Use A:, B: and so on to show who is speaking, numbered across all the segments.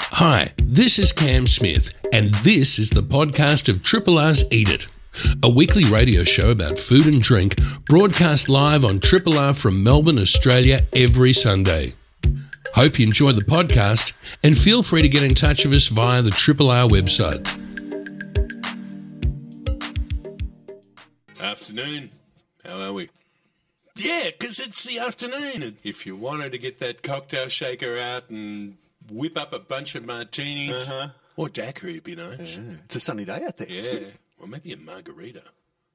A: Hi, this is Cam Smith, and this is the podcast of Triple R's Eat It, a weekly radio show about food and drink broadcast live on Triple R from Melbourne, Australia every Sunday. Hope you enjoy the podcast and feel free to get in touch with us via the Triple R website. Afternoon. How are we? Yeah, 'cause it's the afternoon. And If you wanted to get that cocktail shaker out and whip up a bunch of martinis
B: Uh-huh.
A: or daiquiri would be nice.
B: It's a sunny day out there. It's
A: Mm. Yeah.
B: good.
A: Well, maybe a margarita.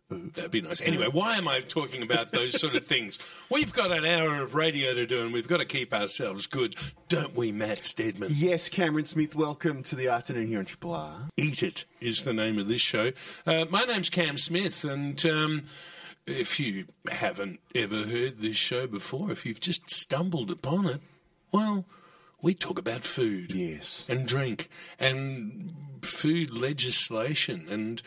A: That'd be nice. Anyway, why am I talking about those sort of things? We've got an hour of radio to do and we've got to keep ourselves good, don't we, Matt Stedman?
B: Yes, Cameron Smith, welcome to the afternoon here on Triple R.
A: Eat It is the name of this show. Uh, my name's Cam Smith, and um, if you haven't ever heard this show before, if you've just stumbled upon it, well, we talk about food
B: Yes.
A: and drink and food legislation and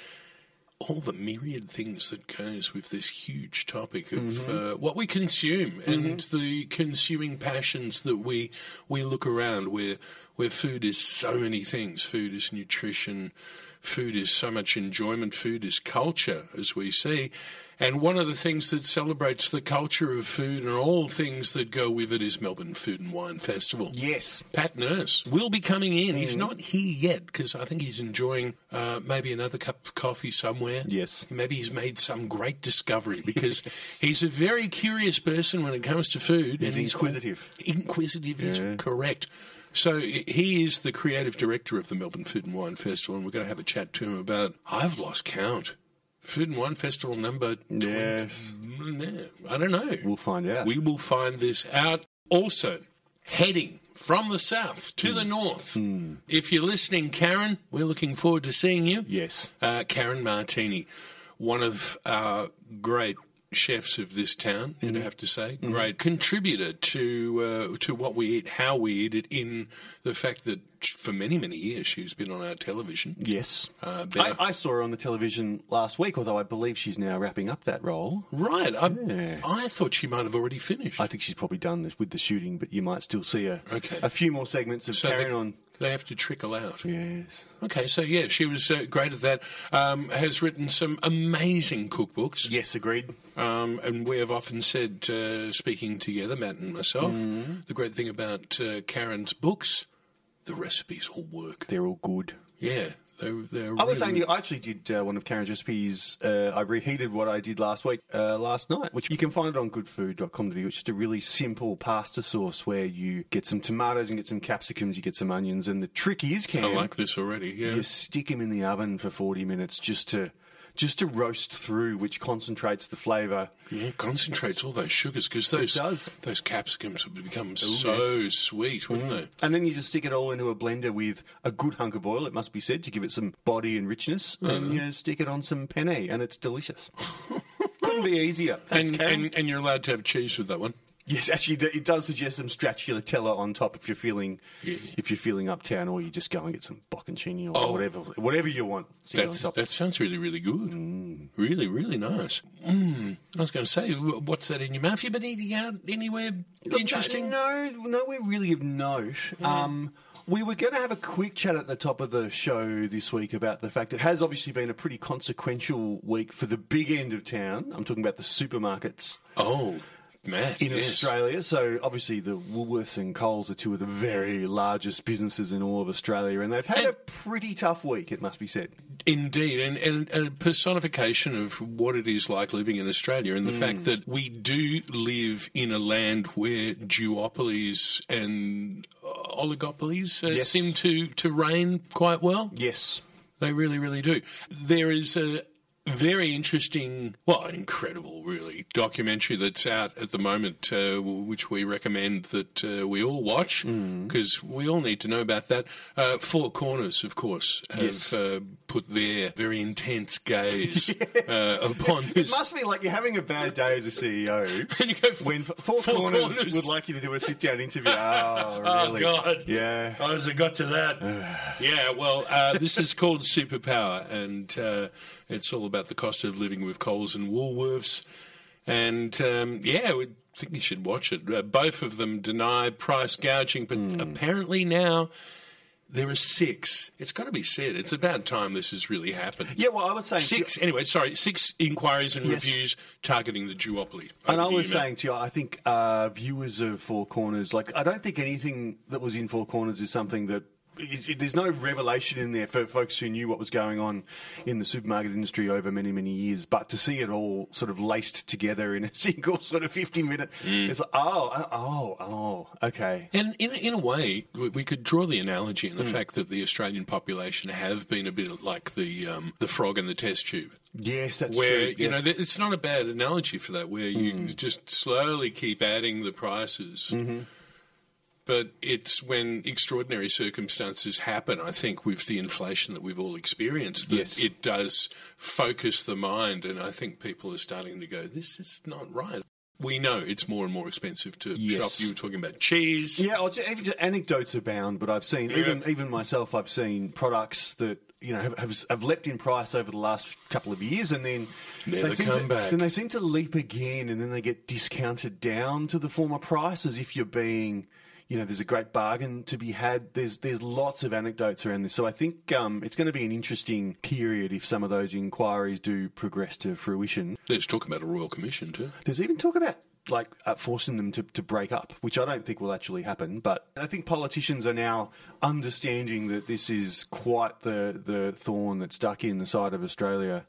A: all the myriad things that goes with this huge topic of uh, what we consume and the consuming passions that we we look around where where food is so many things food is nutrition food is so much enjoyment food is culture as we see and one of the things that celebrates the culture of food and all things that go with it is Melbourne Food and Wine Festival.
B: Yes.
A: Pat Nurse will be coming in.
B: Mm.
A: He's not here yet because I think he's enjoying uh, maybe another cup of coffee somewhere.
B: Yes.
A: Maybe he's made some great discovery because he's a very curious person when it comes to food.
B: He's inquisitive.
A: Inquisitive is correct. So i- he is the creative director of the Melbourne Food and Wine Festival, and we're going to have a chat to him about. I've lost count. Food and Wine Festival number 20.
B: Yes.
A: Mm, yeah, I don't know.
B: We'll find out.
A: We will find this out. Also, heading from the south to the north.
B: Hmm.
A: If you're listening, Karen, we're looking forward to seeing you.
B: yes.
A: Uh, Karen Martini, one of our great chefs of this town,
B: Mm-hmm.
A: you'd have to say, great contributor to uh, to what we eat, how we eat it, in the fact that for many many years she's been on our television.
B: Yes.
A: Uh, been
B: I, I saw her on the television last week, although I believe she's now wrapping up that role.
A: right, I,
B: Yeah.
A: I thought she might have already finished.
B: I think she's probably done this with the shooting, but you might still see her.
A: Okay.
B: A few more segments of
A: So
B: Karen
A: they-
B: on.
A: they have to trickle out.
B: Yes.
A: Okay, so yeah, she was uh, great at that. Um, has written some amazing cookbooks,
B: Yes, agreed.
A: um, and we have often said, uh, speaking together, Matt and myself,
B: Mm-hmm.
A: the great thing about uh, Karen's books, the recipes all work.
B: They're all good.
A: Yeah, they, they're.
B: I was saying,
A: really-
B: you I actually did uh, one of Karen's recipes. Uh, I reheated what I did last week, uh, last night, which you can find it on goodfood.com. It's just a really simple pasta sauce where you get some tomatoes and get some capsicums, you get some onions. And the trick is, Cam,
A: I Oh, like this already. Yeah,
B: you stick them in the oven for 40 minutes just to. Just to roast through, which concentrates the flavour.
A: yeah, concentrates all those sugars because those
B: does. Oh,
A: those capsicums would become so sweet, wouldn't they?
B: And then you just stick it all into a blender with a good hunk of oil, it must be said, to give it some body and richness. And
A: Mm-hmm.
B: you know, stick it on some penne, and it's delicious. Couldn't be easier. Thanks,
A: And,
B: Karen.
A: and and you're allowed to have cheese with that one.
B: Yes, actually, th- it does suggest some stracciatella on top if you're feeling if you're feeling uptown, or you just go and get some bocconcini or whatever, whatever you want. to go on
A: Oh. That's,
B: top.
A: that sounds really, really good.
B: Mm.
A: Really, really nice. Mm. I was going to say, wh- what's that in your mouth? You been eating out anywhere interesting? Hmm.
B: No, nowhere really of note. Um, we were going to have a quick chat at the top of the show this week about the fact it has obviously been a pretty consequential week for the big end of town. I'm talking about the supermarkets
A: Oh, Matt.
B: in
A: yes.
B: Australia. So obviously, the Woolworths and Coles are two of the very largest businesses in all of Australia, and they've had a pretty tough week. It must be said.
A: Indeed, and, and a personification of what it is like living in Australia,
B: Mm.
A: and the fact that we do live in a land where duopolies and oligopolies uh,
B: Yes.
A: seem to, to reign quite well.
B: Yes.
A: They really, really do. There is a very interesting, well, incredible, really, documentary that's out at the moment, uh, which we recommend that uh, we all watch
B: Mm.
A: because we all need to know about that. Uh, Four Corners, of course, have
B: Yes.
A: uh, put their very intense gaze uh, upon this.
B: Must be like you're having a bad day as a CEO.
A: and you go, "F-
B: When Four, corners, would like you to do a sit down interview. Oh,
A: Oh,
B: really?
A: God.
B: Yeah.
A: I was got to that. yeah, well, uh, this is called Superpower, and uh, it's all about the cost of living with Coles and Woolworths. And um, yeah, we think you
B: Hmm.
A: should watch it. Uh, both of them deny price gouging, but apparently now There are six. It's got to be said. It's about time this has really happened.
B: Yeah, well, I was saying
A: Six, anyway, sorry, six inquiries and
B: Yes.
A: reviews targeting the duopoly.
B: And I
A: Over to
B: was
A: you, Matt.
B: saying to you, I think uh, viewers of Four Corners, like, I don't think anything that was in Four Corners is something that. It, it- there's no revelation in there for folks who knew what was going on in the supermarket industry over many, many years. But to see it all sort of laced together in a single sort of 50 minute, it's like, oh, uh, oh, oh, okay.
A: And in, in a way, we we could draw the analogy
B: Hmm.
A: in the fact that the Australian population have been a bit like the um, the frog in the test tube,
B: Yes, that's
A: where
B: true.
A: you know
B: yes. Hmm.
A: th- it's not a bad analogy for that, where you just slowly keep adding the prices.
B: Mm-hmm.
A: But it's when extraordinary circumstances happen, I think, with the inflation that we've all experienced, that
B: Yes.
A: it does focus the mind. And I think people are starting to go, this is not right. We know it's more and more expensive to
B: Yes.
A: shop. You were talking about cheese.
B: Yeah, I'll just, even just anecdotes abound, but I've seen even even myself. I've seen products that you know have, have have leapt in price over the last couple of years, and then
A: Never
B: seem
A: come
B: to,
A: back.
B: Then they seem to leap again, and then they get discounted down to the former price, as if you're being. You know, there's a great bargain to be had. There's there's lots of anecdotes around this, so I think um, it's going to be an interesting period if some of those inquiries do progress to fruition.
A: Let's talk about a royal commission too.
B: There's even talk about like uh, forcing them to, to break up, which I don't think will actually happen. But I think politicians are now understanding that this is quite the, the thorn that's stuck in the side of Australia.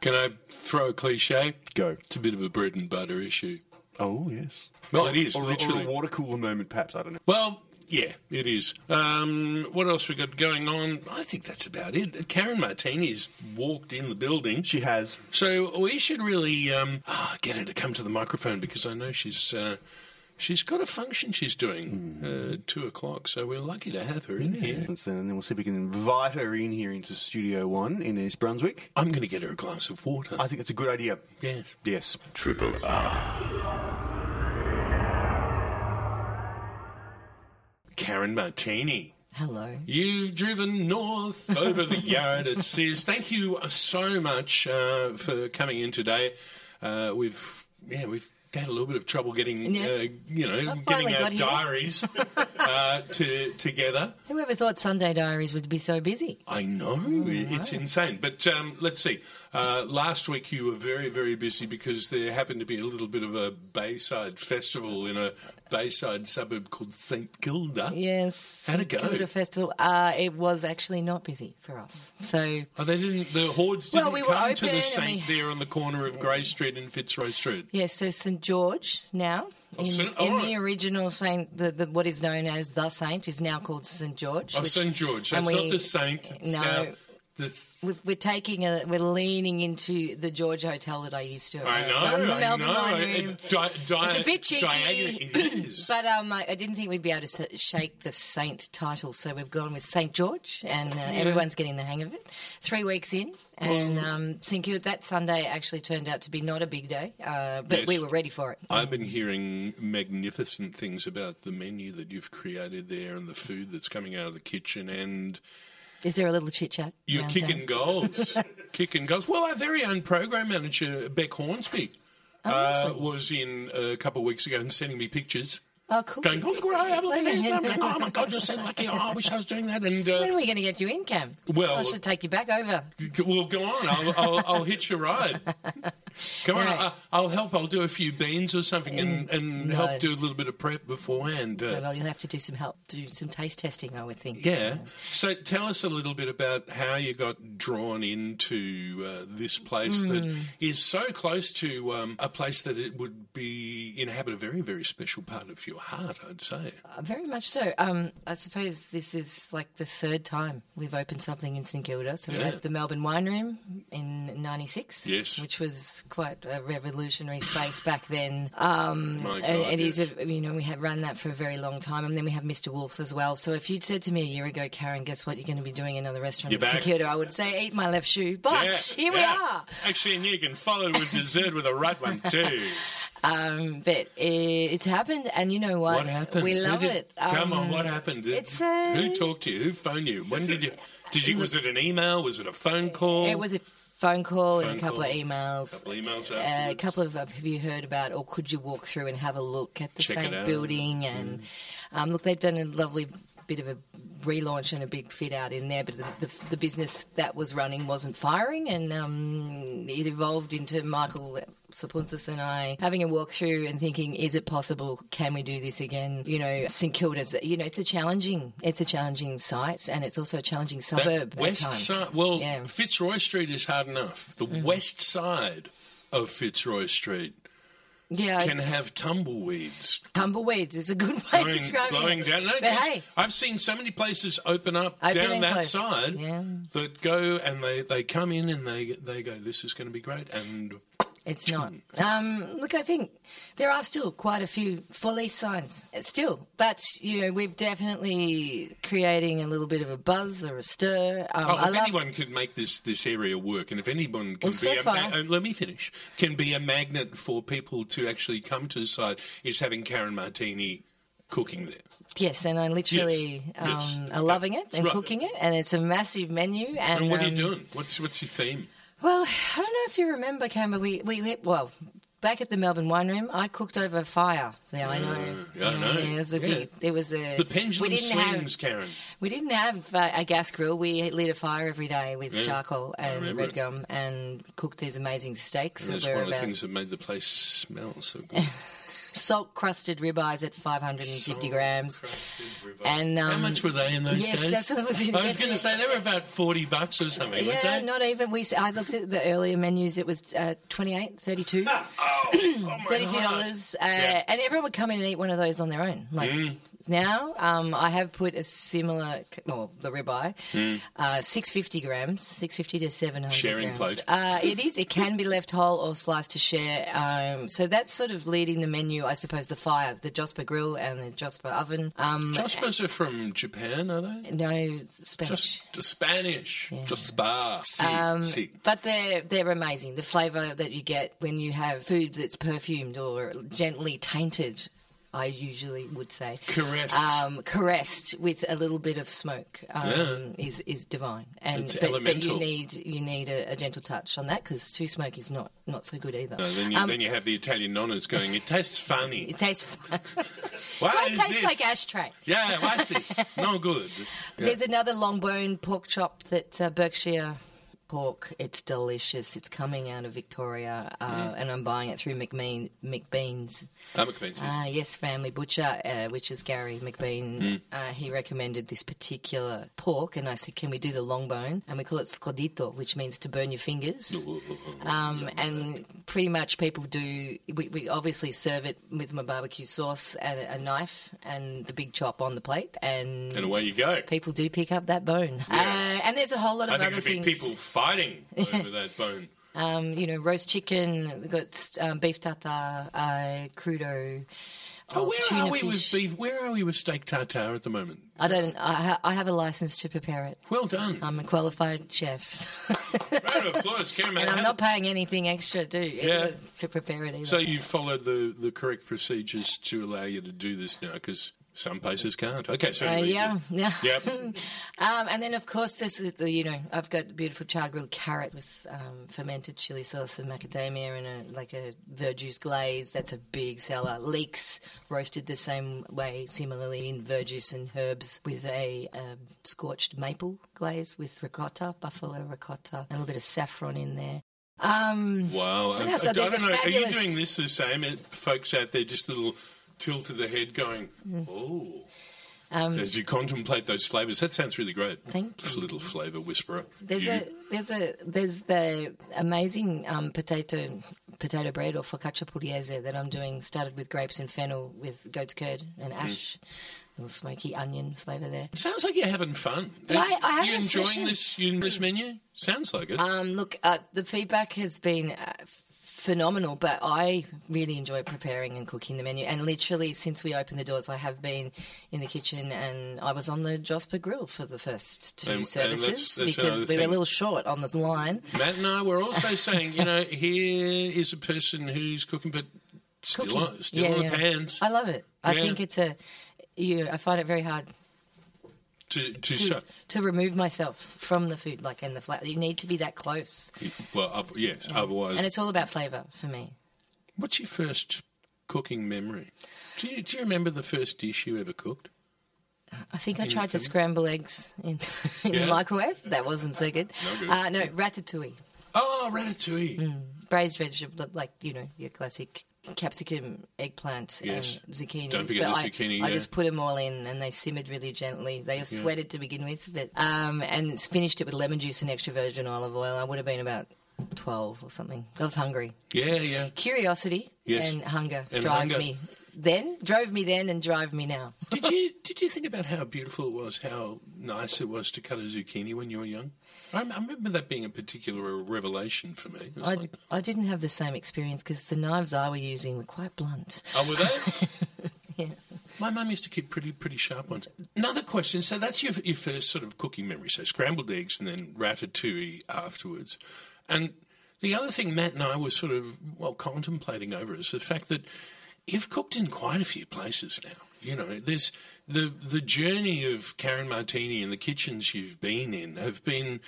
A: Can I throw a cliche?
B: Go.
A: It's a bit of a bread and butter issue.
B: Oh, yes.
A: Well, it is
B: Or, a-
A: literally.
B: or a water cooler moment, perhaps. I don't know.
A: well, yeah, it is. Um, what else we got going on? I think that's about it. Karen Martini's walked in the building.
B: She has.
A: So we should really um, ah, get her to come to the microphone because I know she's uh, she's got a function she's doing
B: Hmm.
A: uh, two o'clock. So we're lucky to have her in here.
B: And so then we'll see if we can invite her in here into Studio One in East Brunswick.
A: I'm going to get her a glass of water.
B: I think it's a good idea.
A: yes.
B: Yes.
C: Triple R.
A: Karen Martini.
D: Hello.
A: You've driven north over the Yarra to Sis. Thank you uh, so much uh, for coming in today. Uh, we've yeah we've had a little bit of trouble getting
D: Yeah.
A: uh, you know
D: I finally
A: getting our
D: got here.
A: diaries uh, to together.
D: Whoever thought Sunday Diaries would be so busy?
A: I know it's insane, but um, let's see. Uh, last week you were very very busy because there happened to be a little bit of a Bayside festival in a Bayside suburb called St Kilda.
D: Yes.
A: How'd it go?
D: Kilda Festival. Uh, it was actually not busy for us. So
A: Oh, they didn't. The hordes didn't
D: Well, we were
A: come to
D: open
A: the
D: and
A: Saint
D: we-
A: there on the corner of Grey Street and Fitzroy Street.
D: Yes, so St George now in,
A: Oh, Saint-
D: in the
A: alright.
D: original Saint, the, the, what is known as the Saint, is now called St George.
A: Oh,
D: which-
A: St George.
D: and
A: That's
D: we-
A: not the Saint. It's
D: No.
A: now the.
D: We're, we're taking a, we're leaning into the George Hotel that I used to.
A: I know.
D: run Um, the
A: I
D: Melbourne
A: know.
D: Wine
A: It-
D: Room.
A: di- di-
D: It's a bit cheeky,
A: diagonal- it is.
D: but um, I, I didn't think we'd be able to s- shake the Saint title, so we've gone with Saint George, and uh, everyone's getting the hang of it. Three weeks in, and um, St Kilda that Sunday actually turned out to be not a big day, uh, but
A: Yes.
D: we were ready for it.
A: I've been hearing magnificent things about the menu that you've created there and the food that's coming out of the kitchen and
D: Is there a little chit chat?
A: you're
D: around town?
A: kicking goals. kicking goals. Well, our very own program manager, Beck Hornsby,
D: Oh,
A: uh, was in a couple of weeks ago and sending me pictures.
D: Oh, cool.
A: going, oh, look where I am, look at this. I'm going, oh my God, you're so lucky. Oh, I wish I was doing that. And,
D: When are
A: uh,
D: we going to get you in, Cam?
A: Well-
D: I should take you back over.
A: well, go on, I'll, I'll, I'll hitch a ride. Come on,
D: Right. Mm,
A: I, I'll help. I'll do a few beans or something and, and
D: No.
A: help do a little bit of prep beforehand. Uh,
D: Well, you'll have to do some help, do some taste testing, I would think.
A: yeah. So tell us a little bit about how you got drawn into uh, this place
D: Mm.
A: that is so close to um, a place that it would be inhabit a very, very special part of your heart, I'd say.
D: Uh, very much so. Um, I suppose this is like the third time we've opened something in St Kilda. So we
A: Yeah.
D: had the Melbourne Wine Room in '96,
A: Yes.
D: which was quite a revolutionary space back then. Um,
A: My
D: and
A: God,
D: it is,
A: yes.
D: a, you know, we had run that for a very long time, and then we have Mr Wolf as well. So if you'd said to me a year ago, Karen, guess what, you're going to be doing another restaurant
A: You're
D: in St
A: back.
D: Kilda, I would say, eat my left shoe. But here we are.
A: Actually, and you can follow with dessert with a right one too.
D: Um, but it, it's happened, and you know what?
A: What happened?
D: We
A: Who
D: love
A: did-
D: it.
A: Come
D: Um,
A: on, what happened?
D: it's uh, a-
A: Who talked to you? Who phoned you? When did you? Did you? Was it an email? Was it a phone call?
D: It was a phone call and
A: Phone
D: a couple
A: call.
D: of emails.
A: couple emails.
D: Uh, a
A: afterwards?
D: couple of, of have you heard about or could you walk through and have a look at the
A: Check it
D: Saint
A: out. Mm.
D: building and um, look they've done a lovely bit of a relaunch and a big fit out in there, but the, the, the business that was running wasn't firing, and um, it evolved into Michael Sapunsis and I having a walk through and thinking, is it possible? Can we do this again? You know, St Kilda's. You know, it's a challenging, it's a challenging site, and it's also a challenging suburb.
A: That
D: at
A: West
D: times.
A: side. Well,
D: Yeah. Mm-hmm.
A: Fitzroy Street is hard enough. The west side of Fitzroy Street
D: yeah,
A: can have tumbleweeds
D: tumbleweeds is a good way of
A: blowing,
D: describing
A: blowing
D: it.
A: down. No,
D: but
A: 'cause
D: hey,
A: I've seen so many places open up
D: Open
A: down
D: and
A: that
D: close.
A: side
D: Yeah.
A: that go and they, they come in and they they go, this is going to be great. And
D: It's not. Um, look, I think there are still quite a few for lease signs, uh, still. But, you know, we're definitely creating a little bit of a buzz or a stir. Um,
A: oh,
D: I
A: if
D: love,
A: anyone could make this this area work, and if anyone can
D: Well, so
A: be a
D: far-
A: ma- uh, let me finish can be a magnet for people to actually come to the site, is having Karen Martini cooking there.
D: Yes, and I literally
A: Yes,
D: um,
A: yes.
D: are loving it and
A: right.
D: cooking it. And it's a massive menu. And,
A: And what are you
D: um,
A: doing? What's what's your theme?
D: Well, I don't know if you remember, Cam, but we, we, we well, back at the Melbourne Wine Room, I cooked over a fire. Yeah, I know.
A: Mm, yeah, I know.
D: it was a
A: Yeah.
D: big, it was a,
A: The pendulum
D: we didn't have-
A: swings, Karen.
D: We didn't have uh, a gas grill. We lit a fire every day with charcoal
A: I
D: and
A: remember
D: red
A: it.
D: gum and cooked these amazing steaks that
A: That's
D: were
A: one of the
D: about
A: things that made the place smell so good.
D: salt crusted ribeyes at 550
A: Salt
D: grams.
A: crusted ribeye.
D: And um,
A: How much were they in those
D: yes,
A: days?
D: that's what I was gonna
A: I was
D: get
A: going to
D: to.
A: say they were about forty bucks or something, weren't
D: Yeah,
A: they?
D: not even. We. s- I looked at the earlier menus. It was uh, 28, 32.
A: oh, oh my
D: Thirty-two
A: God.
D: dollars, uh,
A: Yeah. Hmm.
D: and everyone would come in and eat one of those on their own. Like now, um, I have put a similar, c- well, the ribeye, uh, six fifty grams, six fifty to seven hundred.
A: Hmm. Sharing
D: grams.
A: plate.
D: Uh, it is. It can be left whole or sliced to share. Um, so that's sort of leading the menu, I suppose. The fire, the Josper grill and the Josper oven. Um,
A: Jaspers are from Japan, are they?
D: no Spanish.
A: Just just Spanish. Just spa. See,
D: Um,
A: see.
D: But they're they're amazing. The flavour that you get when you have food that's perfumed or gently tainted, I usually would say
A: Caressed.
D: um, caressed with a little bit of smoke um, is is divine. And
A: It's
D: but, but
A: elemental.
D: you need you need a, a gentle touch on that because too smoke is not not so good either. Um,
A: No, then, you, then you have the Italian nonnas going, it tastes funny.
D: It tastes. well,
A: Why
D: it
A: is
D: tastes
A: this?
D: like ashtray.
A: yeah, what's this? No good.
D: There's another long bone pork chop that's uh, Berkshire pork. It's delicious. It's coming out of Victoria, uh, and I'm buying it through McMean, McBean's.
A: Stomach pains.
D: Uh, yes, Family Butcher, uh, which is Gary McBean. Uh, he recommended this particular pork, and I said, "Can we do the long bone?" And we call it scodito, which means to burn your fingers. Um, and pretty much people do. We, we obviously serve it with my barbecue sauce and a, a knife and the big chop on the plate, and
A: and away you go.
D: people do pick up that bone.
A: Yeah.
D: Uh, and there's a whole lot of
A: I think
D: other
A: there'd be
D: things.
A: people fighting over that bone.
D: Um, you know, roast chicken, we've got um, beef tartare, uh, crudo.
A: Oh,
D: or
A: where
D: tuna
A: are we
D: fish.
A: with beef? Where are we with steak tartare at the moment?
D: I don't. I, ha- I have a license to prepare it.
A: Well done.
D: I'm a qualified chef,
A: Round of applause, Karen.
D: and I'm
A: How-
D: not paying anything extra to
A: Yeah.
D: to prepare it either.
A: So you followed the, the correct procedures to allow you to do this now, because some places can't. Okay, so
D: Uh,
A: anyway,
D: yeah, yeah.
A: Yep.
D: um, and then, of course, this is the, you know, I've got beautiful char grilled carrot with um, fermented chili sauce and macadamia and a, like a verjuice glaze. That's a big seller. Leeks roasted the same way, similarly in verjuice and herbs with a um, scorched maple glaze with ricotta, buffalo ricotta, and a little bit of saffron in there. Um,
A: Wow. I,
D: What else?
A: I- I
D: There's
A: don't
D: a
A: know. Are you
D: fabulous-
A: doing this the same, uh, folks out there, just a little tilt of the head going,
D: Mm.
A: oh. As you contemplate those flavours, that sounds really great.
D: Um, Thank you.
A: Little flavour whisperer.
D: There's
A: You.
D: a there's a there's the amazing um, potato potato bread or focaccia pugliese that I'm doing. Started with grapes and fennel with goat's curd and
A: Mm.
D: ash, little smoky onion flavour there.
A: It sounds like you're having fun.
D: But I- I have
A: you
D: an
A: enjoying
D: obsession.
A: this? You this menu? Sounds like it.
D: Um, look, uh, the feedback has been. Uh, f- Phenomenal, but I really enjoy preparing and cooking the menu. And literally, since we opened the doors, I have been in the kitchen and I was on the Josper Grill for the first two
A: And- and that's-
D: services
A: that's another
D: because we were a
A: thing.
D: little short on the line.
A: Matt and I were also saying, you know, here is a person who's cooking, but still on, still on the pans
D: I love it. I
A: Yeah.
D: think it's a. You, I find it very hard
A: to, to
D: to,
A: show.
D: to remove myself from the food, like in the flat. You need to be that close,
A: Well, oth- yes, otherwise.
D: and it's all about flavour for me.
A: What's your first cooking memory? Do you, do you remember the first dish you ever cooked?
D: I think I tried to scramble eggs in, in
A: Yeah.
D: the microwave. That wasn't so good.
A: No good.
D: Uh, no, ratatouille.
A: Oh, ratatouille.
D: Braised vegetable, like, you know, your classic capsicum, eggplant,
A: Yes.
D: and zucchini.
A: Don't forget
D: But
A: the
D: I-
A: zucchini,
D: I
A: yeah.
D: just put them all in and they simmered really gently. They sweated to begin with, but um, and it's finished it with lemon juice and extra virgin olive oil. I would have been about 12 or something. I was hungry.
A: Yeah, yeah.
D: Curiosity
A: Yes.
D: and hunger
A: And
D: drive
A: hunger.
D: me then, drove me then, and drive me now.
A: Did you did you think about how beautiful it was, how nice it was to cut a zucchini when you were young? I, I remember that being a particular revelation for me. It was
D: I,
A: like,
D: I didn't have the same experience because the knives I were using were quite blunt.
A: oh, were they? My mum used to keep pretty pretty sharp ones. Another question. So that's your your first sort of cooking memory. So scrambled eggs and then ratatouille afterwards, and the other thing Matt and I were sort of well contemplating over is the fact that you've cooked in quite a few places now. You know, there's the the journey of Karen Martini and the kitchens you've been in have been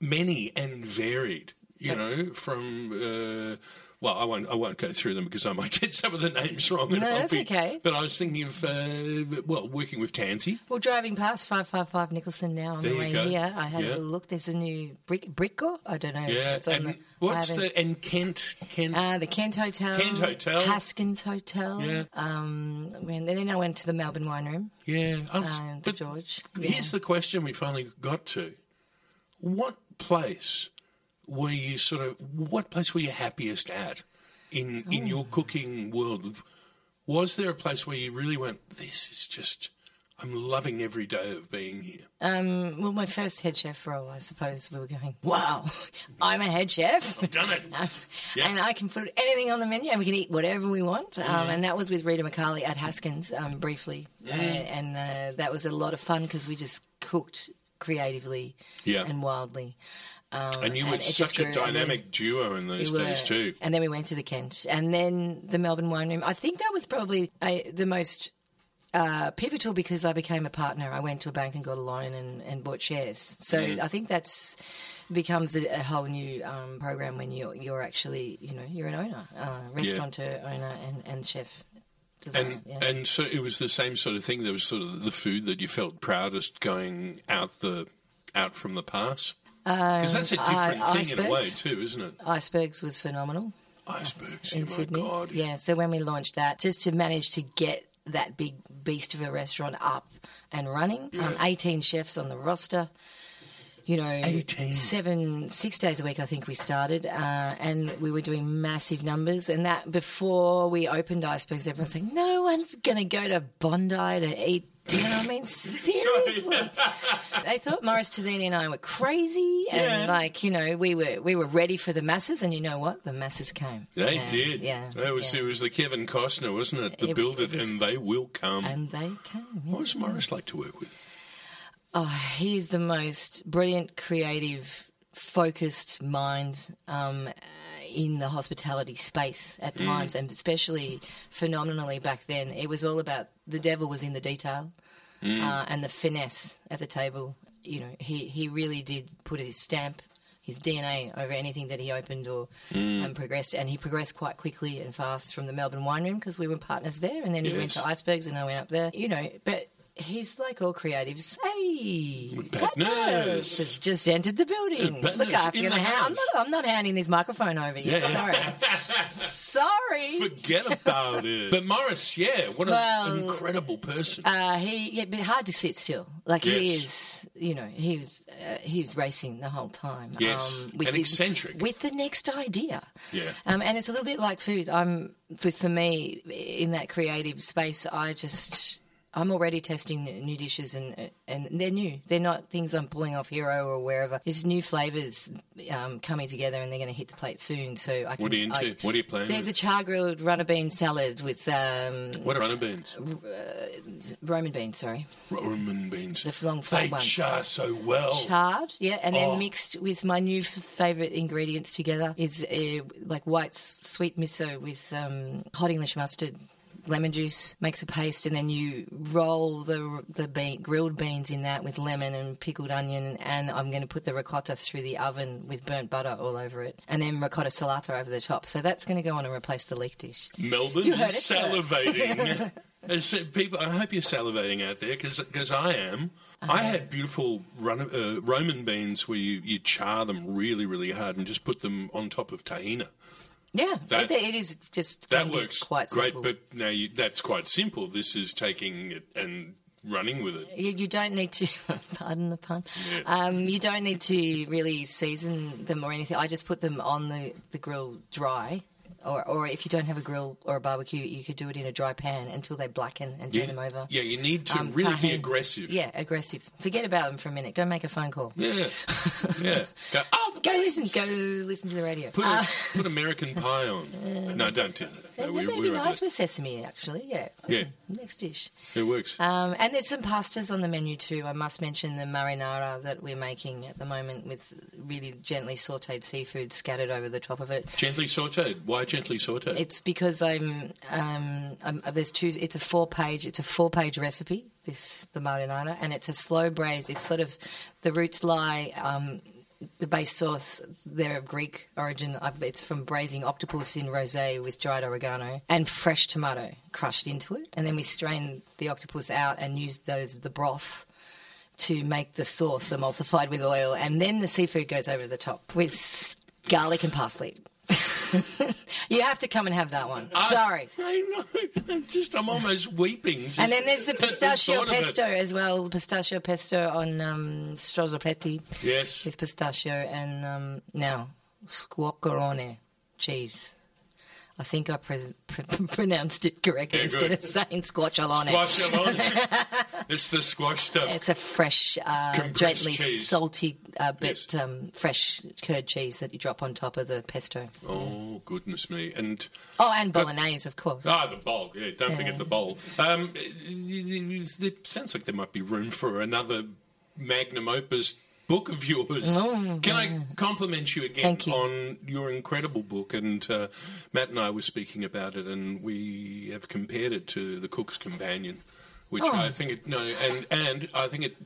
A: many and varied. You know, from uh, well, I won't I won't go through them because I might get some of the names wrong. and
D: No,
A: I'll
D: that's
A: be-
D: okay.
A: but I was thinking of, uh, well, working with Tansy.
D: Well, driving past 555 Nicholson now on
A: There
D: the
A: you
D: way
A: go.
D: here, I had
A: Yeah.
D: a little look. There's a new brick, Brickgo? I don't know.
A: Yeah.
D: It's on
A: And
D: the-
A: what's
D: I haven't-
A: the, and Kent, Kent.
D: Uh, the Kent Hotel.
A: Kent Hotel.
D: Haskins Hotel.
A: Yeah.
D: Um, when, and then I went to the Melbourne Wine Room
A: yeah. I was-
D: and um, the
A: but
D: George.
A: here's the question we finally got to. What place were you sort of, what place were you happiest at in, in
D: Oh.
A: your cooking world? Was there a place where you really went, this is just, I'm loving every day of being here?
D: Um, well, my first head chef role, I suppose we were going, wow, I'm a head chef.
A: Done it.
D: Um,
A: Yeah.
D: And I can put anything on the menu, and we can eat whatever we want. Um,
A: Mm-hmm.
D: And that was with Rita McCarley at Haskins um, briefly, uh,
A: Mm-hmm.
D: and uh, that was a lot of fun because we just cooked creatively
A: Yeah.
D: and wildly. Um,
A: and you were
D: it just
A: such
D: grew,
A: a
D: and then
A: dynamic duo in those
D: we
A: days,
D: were.
A: too.
D: And then we went to the Kent, and then the Melbourne Wine Room. I think that was probably a, the most uh, pivotal because I became a partner. I went to a bank and got a loan and, and bought shares. So
A: Mm.
D: I think that's becomes a, a whole new um, program when you're you're actually you know you're an owner, uh, restaurateur owner and, and chef. designer,
A: And
D: yeah.
A: and so it was the same sort of thing. There was sort of the food that you felt proudest going out the out from the pass because that's a different
D: Uh, I-
A: thing in a way
D: icebergs.
A: too, isn't it?
D: Icebergs was phenomenal.
A: Icebergs
D: in
A: oh my
D: Sydney.
A: God.
D: Yeah, so when we launched that, just to manage to get that big beast of a restaurant up and running, um, 18 chefs on the roster. You know,
A: 18.
D: seven, six days a week, I think we started, uh, and we were doing massive numbers. And that before we opened Icebergs, everyone's saying, No one's going to go to Bondi to eat. You know what I mean? Seriously. they thought Morris Tazzini and I were crazy, and
A: Yeah.
D: like, you know, we were we were ready for the masses, and you know what? The masses came.
A: They
D: Yeah,
A: did.
D: Yeah.
A: That was
D: yeah.
A: it was the Kevin Costner, wasn't it? The
D: It-
A: build
D: it
A: it,
D: was-
A: and they will come.
D: And they came. yeah.
A: what was Morris like to work with?
D: Oh, he's the most brilliant, creative, focused mind um, uh, in the hospitality space at times, and especially phenomenally back then. It was all about the devil was in the detail uh, and the finesse at the table. You know, he, he really did put his stamp. His DNA over anything that he opened or and progressed, and he progressed quite quickly and fast from the Melbourne Wine Room because we were partners there, and then he
A: Yes.
D: went to Icebergs, and I went up there. You know, but he's like all creatives. Hey,
A: Badness.
D: has just entered the building.
A: Badness
D: Look after
A: in
D: you.
A: the
D: I'm not,
A: house.
D: I'm not handing this microphone over you. Sorry. Sorry.
A: Forget about it. But Morris, yeah, what
D: Well,
A: an incredible person.
D: Uh, he, yeah, but hard to sit still. Like he
A: Yes.
D: is, you know, he was, uh, he was racing the whole time. Um,
A: Yes,
D: with
A: and
D: his-
A: eccentric.
D: with the next idea.
A: Yeah.
D: Um, and it's a little bit like food. I'm, for, for me, in that creative space, I just, I'm already testing new dishes and and they're new. They're not things I'm pulling off Hero or wherever. It's new flavours um, coming together and they're going to hit the plate soon. So I can.
A: what are you into?
D: I-
A: what are you playing?
D: there's a
A: with?
D: char grilled runner bean salad with um,
A: what are runner beans?
D: Roman beans, sorry.
A: Roman beans.
D: The long flat
A: they
D: ones.
A: char so well.
D: charred, yeah, and then
A: Oh.
D: mixed with my new f- favourite ingredients together is uh, like white s- sweet miso with um, hot English mustard. Lemon juice makes a paste, and then you roll the the bean, grilled beans in that with lemon and pickled onion. And I'm going to put the ricotta through the oven with burnt butter all over it, and then ricotta salata over the top. So that's going to go on and replace the leek dish.
A: Melbourne
D: heard
A: is
D: it
A: salivating. As uh, people, I hope you're salivating out there because I am.
D: Uh-huh.
A: I had beautiful run, uh, Roman beans where you, you char them really, really hard and just put them on top of tahina.
D: Yeah,
A: That-
D: it- it is just
A: That
D: can be
A: works
D: quite
A: great,
D: simple.
A: but now you, that's quite simple. This is taking it and running with it.
D: you, you don't need to pardon the pun um, you don't need to really season them or anything i just put them on the, the grill dry or, or if you don't have a grill or a barbecue you could do it in a dry pan until they blacken and turn them over
A: Yeah, you need to
D: Um,
A: really be
D: tahin.
A: aggressive.
D: yeah aggressive forget about them for a minute go make a phone call
A: yeah, yeah. Go, oh, the
D: go listen go listen to the radio
A: Put,
D: Uh,
A: put American Pie on. No, don't do that. No,
D: that
A: we,
D: would
A: we
D: be
A: won't do
D: nice
A: that.
D: with sesame actually yeah
A: Yeah.
D: Mm, next dish
A: It works.
D: Um, and there's some pastas on the menu too. I must mention the marinara that we're making at the moment with really gently sauteed seafood scattered over the top of it.
A: gently sauteed. Why gently sauteed?
D: It's because I'm, um, I'm there's two. It's a four page. It's a four page recipe. This the marinara, and it's a slow braise. It's sort of the roots lie. Um, the base sauce, they're of Greek origin. I- It's from braising octopus in rosé with dried oregano and fresh tomato crushed into it, and then we strain the octopus out and use those the broth to make the sauce emulsified with oil, and then the seafood goes over the top with garlic and parsley. you have to come and have that one.
A: I-
D: Sorry.
A: I know. I'm just. I'm almost weeping. Just
D: And then there's the
A: at the
D: pistachio
A: thought of it.
D: pesto as well. The pistachio pesto on um, strozzapreti
A: Yes.
D: with pistachio and um, now squacquerone cheese. I think I pres pr- pronounced it correctly
A: Yeah,
D: instead
A: good.
D: of saying squatchalone.
A: Squash them on. it's the squash stuff.
D: It's a fresh, uh,
A: Compressed
D: gently
A: cheese.
D: salty, uh, bit
A: Yes.
D: um, fresh curd cheese that you drop on top of the pesto.
A: Oh goodness me! And
D: Oh, and bolognese, of course.
A: ah, the bowl. Yeah, don't forget the bowl. Um, it, it- it sounds like there might be room for another magnum opus book of yours. Can I compliment you again
D: Oh, Thank you.
A: on your incredible book? And uh, Matt and I were speaking about it, and we have compared it to The Cook's Companion, which
D: Oh.
A: I think it no, and and I think it.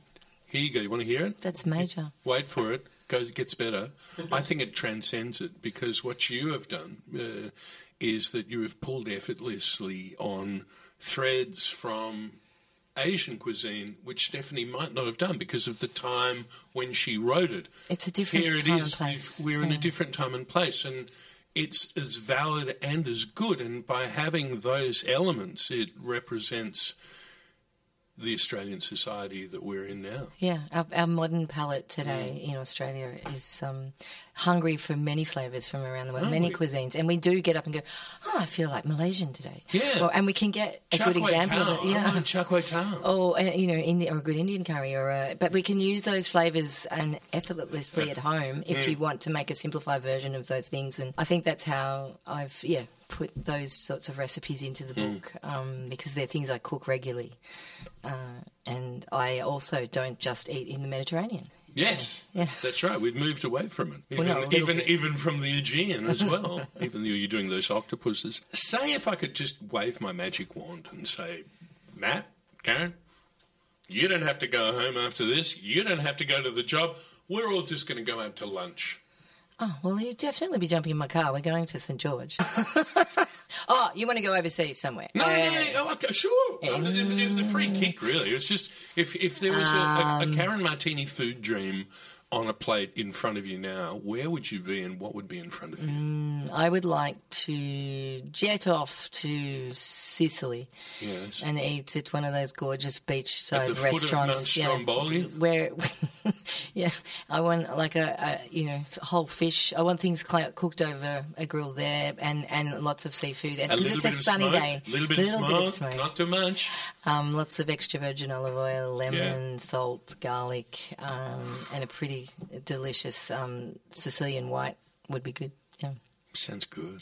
A: Here you go. You want to hear it?
D: That's major.
A: wait for it, goes gets better. I think it transcends it because what you have done uh, is that you have pulled effortlessly on threads from Asian cuisine, which Stephanie might not have done because of the time when she wrote it.
D: It's a different
A: Here it
D: time and
A: is.
D: place.
A: We've- We're in a different time and place, and it's as valid and as good. And by having those elements, it represents the Australian society that we're in now.
D: Yeah, our, our modern palate today
A: Mm.
D: in Australia is um, hungry for many flavours from around the world, many
A: Mm, we?
D: cuisines, and we do get up and go, "Oh, I feel like Malaysian today."
A: Yeah.
D: Or- and we can get a good
A: Chakwe
D: example
A: Tao.
D: of it.
A: I
D: Yeah.
A: want Chakwe Tao.
D: Or uh, you know, Indi- or a good Indian curry, or a, but we can use those flavors and effortlessly at home if we want to make a simplified version of those things. And I think that's how I've yeah put those sorts of recipes into the book um, because they're things I cook regularly, uh, and I also don't just eat in the Mediterranean.
A: Yes, that's right. We've moved away from it, even
D: Well, no, a little
A: even, even from the Aegean as well. even though you're doing those octopuses. Say if I could just wave my magic wand and say, Matt, Karen, you don't have to go home after this. You don't have to go to the job. We're all just going to go out to lunch.
D: Oh, well, you'd definitely be jumping in my car. We're going to St. George. oh, you want to go overseas somewhere?
A: No, no, no,
D: Um,
A: no. Oh, okay, sure. I mean, It, was, it was the free kick, really. It's just if if there was a,
D: Um,
A: a, a Karen Martini food dream on a plate in front of you now, where would you be and what would be in front of you?
D: Mm. Um, I would like to jet off to Sicily
A: Yes.
D: and eat at one of those gorgeous
A: At
D: beachside
A: the foot of Mount
D: restaurants. yeah,
A: Stromboli.
D: where, yeah, I want like a, a you know f- whole fish. I want things cla cooked over a grill there, and, and lots of seafood. And
A: A
D: 'cause
A: little
D: it's
A: bit
D: a
A: of
D: sunny
A: smoke,
D: day,
A: A little bit, of, smoke, not too much.
D: Um, lots of extra virgin olive oil, lemon, salt, garlic, um, and a pretty delicious um, Sicilian white would be good. Yeah.
A: Sounds good.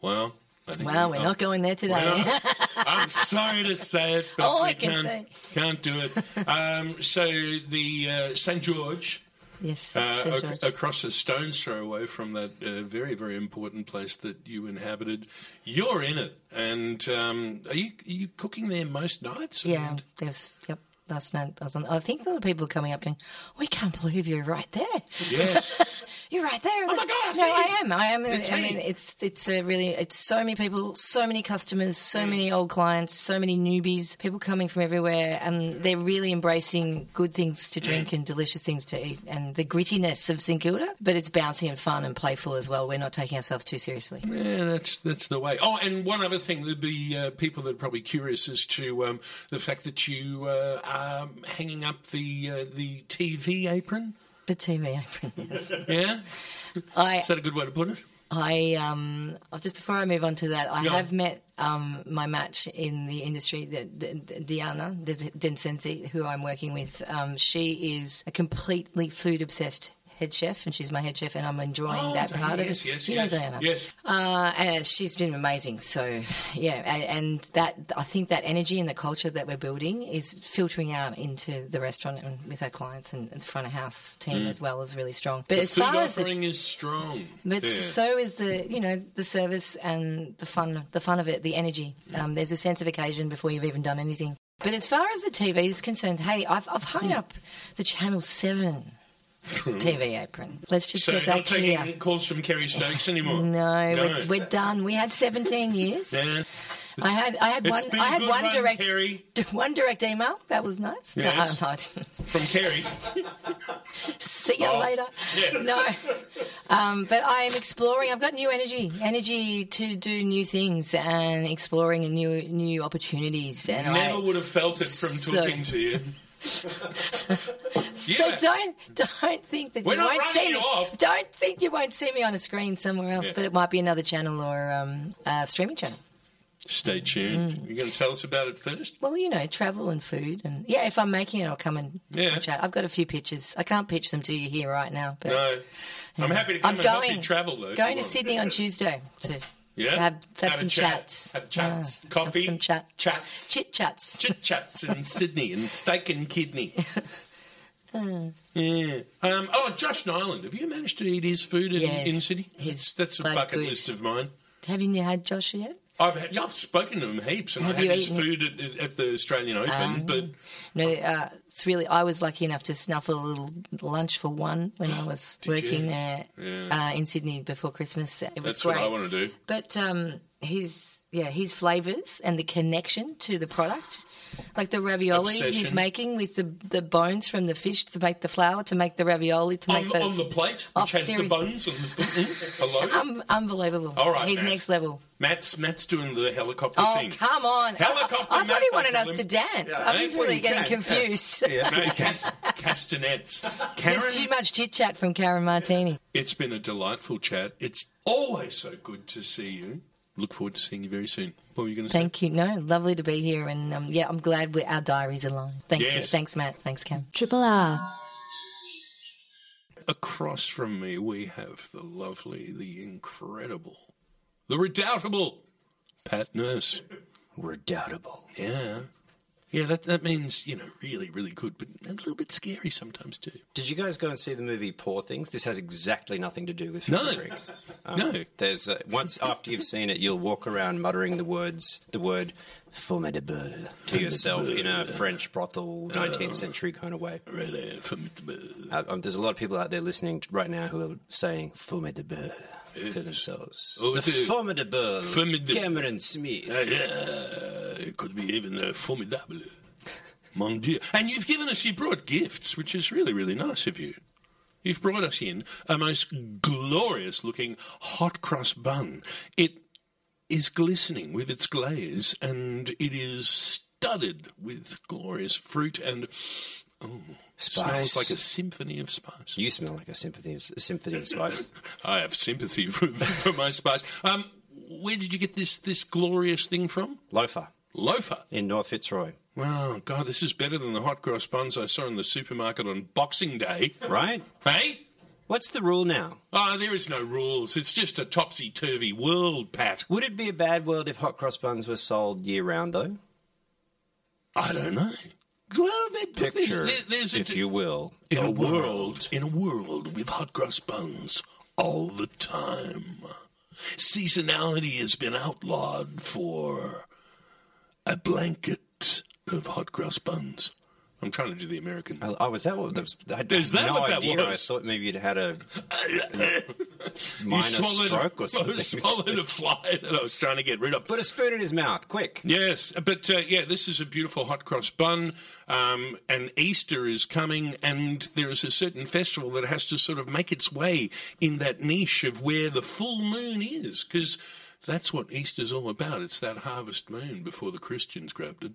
A: Well, I think
D: Well, we're not going there today.
A: Well, I'm sorry to say it, but
D: All
A: we
D: I can
A: can't, can't do it. Um, so the uh, St George.
D: yes,
A: Uh,
D: St.
A: ac-
D: George.
A: across a stone's throw away from that uh, very, very important place that you inhabited. You're in it, and um, are you are you cooking there most nights?
D: yeah,
A: And
D: there's yep. last night. I, was on, I think the people were coming up going, "We can't believe you're right there.
A: Yes.
D: You're right there."
A: my
D: Oh
A: God, I see
D: No,
A: you.
D: I am. I am.
A: It's
D: I
A: me.
D: mean, it's it's a really it's so many people, so many customers, so
A: Mm.
D: many old clients, so many newbies, people coming from everywhere, and they're really embracing good things to
A: Mm.
D: drink and delicious things to eat, and the grittiness of St Kilda. But it's bouncy and fun and playful as well. We're not taking ourselves too seriously.
A: Yeah, that's that's the way. Oh, and one other thing, there'd be uh, people that are probably curious as to um, the fact that you uh, are hanging up the uh, the TV apron.
D: The TV apron. yes.
A: Yeah,
D: I
A: is that a good way to put it?
D: I um oh, just before I move on to that, I
A: Yeah.
D: have met um my match in the industry, the, the, Diana Des- Densenzi, who I'm working with. Um, she is a completely food obsessed head chef, and she's my head chef, and I'm enjoying
A: Oh,
D: that
A: Diana,
D: part of
A: yes,
D: it.
A: yes,
D: you
A: yes,
D: know Diana,
A: yes.
D: Uh, and she's been amazing. So yeah, and, and that I think that energy and the culture that we're building is filtering out into the restaurant and with our clients and, and the front of house team as well is really strong. But
A: Mm. The
D: as
A: food
D: far as the
A: offering is strong.
D: but
A: there.
D: so is the you know the service and the fun the fun of it the energy. Um, there's a sense of occasion before you've even done anything. But as far as the TV is concerned, hey, I've, I've hung
A: Mm.
D: up the Channel Seven TV apron. Let's just
A: So
D: get
A: not
D: that
A: taking
D: clear.
A: calls from Kerry Stokes anymore.
D: No, We're, we're done. We had 17 years.
A: Yeah.
D: I had I had
A: It's
D: one
A: been
D: I
A: a
D: had
A: good
D: one
A: run,
D: direct
A: Kerry.
D: one direct email. That was nice. No,
A: Yes.
D: I- I didn't.
A: from Kerry.
D: See you
A: Oh.
D: later.
A: Yeah.
D: No. Um, but I am exploring. I've got new energy, energy to do new things and exploring new new opportunities. And
A: Never
D: I,
A: would have felt it from
D: So-
A: talking to you.
D: so
A: Yeah.
D: don't don't think that
A: We're
D: you
A: not
D: won't
A: writing
D: see
A: you
D: me.
A: off.
D: Don't think you won't see me on a screen somewhere else.
A: Yeah.
D: But it might be another channel or um, uh, streaming channel.
A: Stay tuned.
D: Mm.
A: You're going to tell us about it first.
D: Well, you know, travel and food, and yeah, if I'm making it, I'll come and
A: Yeah.
D: and chat. I've got a few pictures. I can't pitch them to you here right now, but
A: No, I'm happy to come
D: I'm
A: and help
D: going-
A: you travel though. if you
D: going to
A: want.
D: Sydney on Tuesday to
A: Yeah?
D: have, have,
A: Have a
D: some
A: chat.
D: chats,
A: Have chats. Coffee.
D: have some chats,
A: Chats.
D: chit chats.
A: chit chats in Sydney and steak and kidney. yeah. Um, oh, Josh Nyland. Have you managed to eat his food in,
D: Yes.
A: in Sydney?
D: He's
A: It's- that's a
D: bloody
A: bucket
D: good.
A: list of mine.
D: Have you had Josh yet?
A: I've had, I've spoken to him heaps, and
D: Have
A: I had
D: you
A: his
D: eaten- Ah,
A: food at, at the Australian Open. but
D: No, uh, it's really. I was lucky enough to snuffle a little lunch for one when I was working
A: you?
D: there
A: Yeah.
D: uh, in Sydney before Christmas. It was
A: that's
D: great.
A: what I want to do.
D: But um, his yeah, his flavors and the connection to the product, like the ravioli he's
A: Obsession.
D: making with the the bones from the fish to make the flour to make the ravioli to
A: On,
D: make the,
A: on the plate,
D: Oh,
A: which has the
D: seriously.
A: bones and the foot. Hello,
D: um, unbelievable.
A: All right,
D: he's
A: Matt.
D: next level.
A: Matt's Matt's doing the helicopter
D: Oh
A: thing.
D: come on! I-
A: Helicopter
D: I, thought he
A: Matt
D: wanted us
A: Buckley.
D: to dance.
B: Yeah,
D: I
A: eh?
D: was
B: Well,
D: really
B: you
D: getting
B: can, yeah.
D: confused.
B: Yeah,
A: No, cas- castanets. Karen,
D: There's too much chit chat from Karen Martini.
A: It's been a delightful chat. It's always so good to see you. Look forward to seeing you very soon. What were you going to say?
D: Thank you. No, lovely to be here, and um, yeah, I'm glad we our diaries align. Thank you.
A: Yes.
D: Thanks, Matt. Thanks, Cam.
C: Triple R.
A: Across from me, we have the lovely, the incredible, the redoubtable Pat Nurse.
E: Redoubtable.
A: Yeah. Yeah, that, that means, you know, really, really good, but a little bit scary sometimes too.
E: Did you guys go and see the movie Poor Things? This has exactly nothing to do with
A: No.
E: Frederick.
A: no.
E: There's uh, once after you've seen it, you'll walk around muttering the words, the word formidable to yourself in a French brothel,
A: Uh,
E: 19th century kind of way.
A: Really formidable.
E: Uh, um, there's a lot of people out there listening t- right now who are saying formidable to themselves.
A: Oh,
E: the
A: the-
E: formidable,
A: Formidable.
E: Cameron Smith.
A: Uh, yeah, it could be even uh, formidable. Mon Dieu. And you've given us, you brought gifts, which is really, really nice of you. You've brought us in a most glorious looking hot cross bun. It is glistening with its glaze and it is studded with glorious fruit and smells
E: Spice.
A: like a symphony of spice.
E: You smell like a sympathy, a symphony of spice.
A: I have sympathy for, for my spice. Um, where did you get this, this glorious thing from?
E: Loafer
A: Loafer.
E: in North Fitzroy,
A: Wow, God, this is better than the hot cross buns I saw in the supermarket on Boxing Day.
E: right?
A: Hey?
E: What's the rule now?
A: Oh, there is no rules. It's just a topsy turvy world, Pat.
E: Would it be a bad world if hot cross buns were sold year round, though?
A: I don't know. Well, they,
E: Picture,
A: there's, there- there's a,
E: if you will,
A: in a world, in a world with hot cross buns all the time. Seasonality has been outlawed for a blanket of hot cross buns. I'm trying to do the American.
E: Oh, oh, was that what that was? I had
A: Is that
E: no
A: what that
E: idea.
A: was?
E: I thought maybe you'd had a
A: You
E: minor stroke or
A: I
E: something.
A: was swallowed a fly that I was trying to get rid of.
E: Put a spoon in his mouth, quick.
A: Yes, but uh, yeah, this is a beautiful hot cross bun, um, and Easter is coming, and there is a certain festival that has to sort of make its way in that niche of where the full moon is, because that's what Easter's all about. It's that harvest moon before the Christians grabbed it.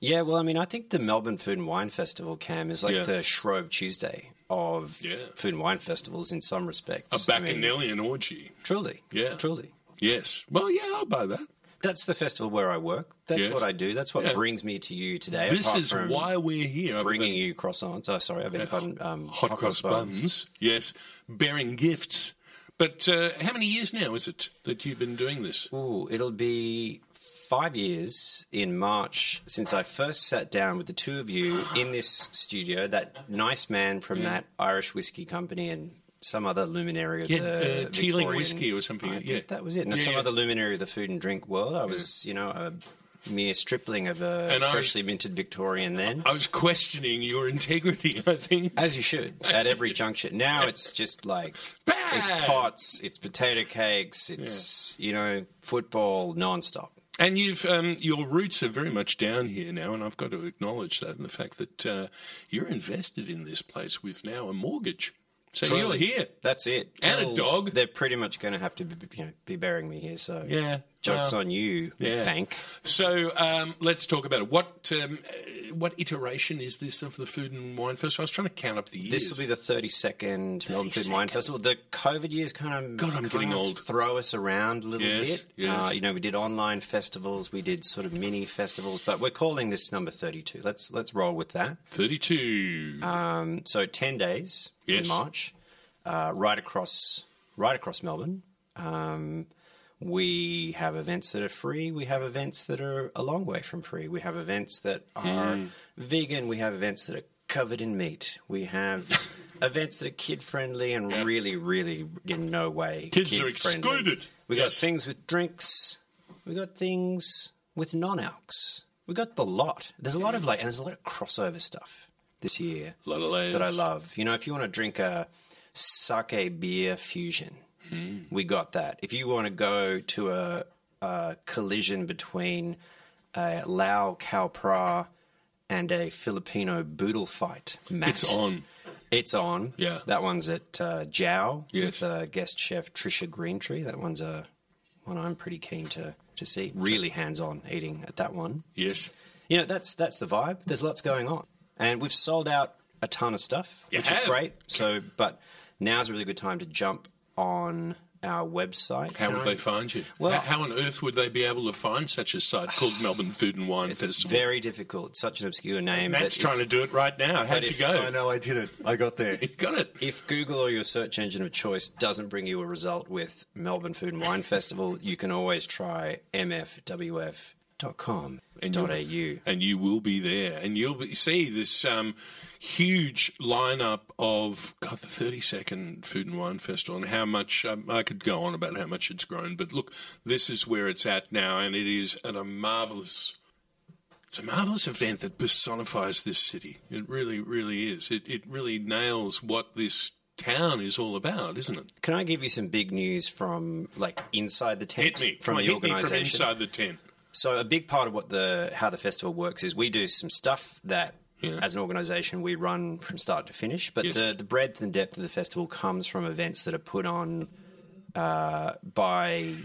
E: Yeah, well, I mean, I think the Melbourne Food and Wine Festival, Cam, is like
A: Yeah.
E: the Shrove Tuesday of
A: Yeah.
E: food and wine festivals in some respects.
A: A
E: I mean,
A: bacchanalian orgy.
E: Truly.
A: Yeah.
E: Truly.
A: Yes. Well, yeah, I'll buy that.
E: That's the festival where I work. That's
A: Yes.
E: what I do. That's what
A: Yeah.
E: brings me to you today.
A: This
E: apart
A: is
E: from
A: why we're here. other
E: bringing
A: than
E: you croissants. Oh, sorry, I've been putting um,
A: hot, cross buns. Yes, bearing gifts. But uh, how many years now is it that you've been doing this?
E: Ooh, it'll be five years in March since I first sat down with the two of you in this studio. That nice man from that Irish whiskey company and some other luminary of
A: Yeah,
E: the
A: uh, Teeling
E: Victorian-
A: whiskey or something,
E: I
A: yeah.
E: think that was it. No,
A: Yeah,
E: some
A: yeah.
E: other luminary of the food and drink world. I was, you know, a mere stripling of a
A: And I-
E: freshly minted Victorian then.
A: I was questioning your integrity, I think.
E: As you should at every juncture. Now it's just like it's
A: Bang!
E: pots, it's potato cakes, it's you know football nonstop.
A: And you've um, your roots are very much down here now, and I've got to acknowledge that, and the fact that uh, you're invested in this place with now a mortgage, so you're here.
E: That's it.
A: And a
E: Till
A: dog.
E: They're pretty much going to have to be, you know, be burying me here. So
A: Yeah,
E: jokes
A: well,
E: on you,
A: yeah.
E: bank.
A: So um, let's talk about it. What um, uh, what iteration is this of the Food and Wine Festival? I was trying to count up the years.
E: This will be the 32nd Melbourne Food and Wine Festival. The COVID years kind of
A: God, I'm
E: kind
A: getting
E: of
A: old.
E: throw us around a little
A: Yes,
E: bit.
A: yes.
E: Uh, you know, we did online festivals, we did sort of mini festivals, but we're calling this number 32. Let's let's roll with that.
A: thirty-two.
E: Um, so ten days
A: Yes.
E: in March, uh, right across right across Melbourne. Um, we have events that are free. We have events that are a long way from free. We have events that are
A: Hmm.
E: vegan. We have events that are covered in meat. We have events that are kid friendly and really, really in no way
A: Kids are
E: kid-friendly.
A: excluded.
E: We got
A: Yes.
E: things with drinks. We got things with non-alcs. We got the lot. There's a lot of like, and there's a lot of crossover stuff this year
A: Hmm. lot of layers
E: that I love. You know, if you want to drink a sake beer fusion, we got that. If you want to go to a, a collision between a Lao Khao Pra and a Filipino boodle fight, Matt,
A: It's on.
E: It's on.
A: Yeah.
E: that one's at uh, Jiao
A: Yes.
E: with uh, guest chef Trisha Greentree. That one's a one I'm pretty keen to to see. Really hands on eating at that one
A: Yes.
E: you know that's that's the vibe there's lots going on and we've sold out a ton of stuff
A: You
E: which
A: have.
E: is great so but now's a really good time to jump on our website
A: How
E: Can
A: would
E: I-
A: they find you?
E: Well-
A: how, how on earth would they be able to find such a site called Melbourne Food and Wine
E: it's
A: Festival?
E: very difficult it's such an obscure name
A: Matt's
E: but
A: trying to do it right now. How'd
E: but
A: you
E: if-
A: go?
B: I know I did it. I got there.
A: You got it.
E: if, if google or your search engine of choice doesn't bring you a result with melbourne food and wine festival you can always try mfwf.com.au
A: And you'll- and you will be there, and you'll be, see this um, huge lineup of God, the thirty second Food and Wine Festival, and how much um, I could go on about how much it's grown. But look, this is where it's at now, and it is at a marvelous. It's a marvelous event that personifies this city. It really, really is. It it really nails what this town is all about, isn't it?
E: can i give you some big news from like inside the tent
A: Hit me
E: from
A: Come on,
E: the
A: hit me from
E: organization
A: inside the tent.
E: So a big part of what the how the festival works is we do some stuff that
A: Yeah.
E: as an organisation we run from start to finish, but
A: Yes.
E: the, the breadth and depth of the festival comes from events that are put on uh, by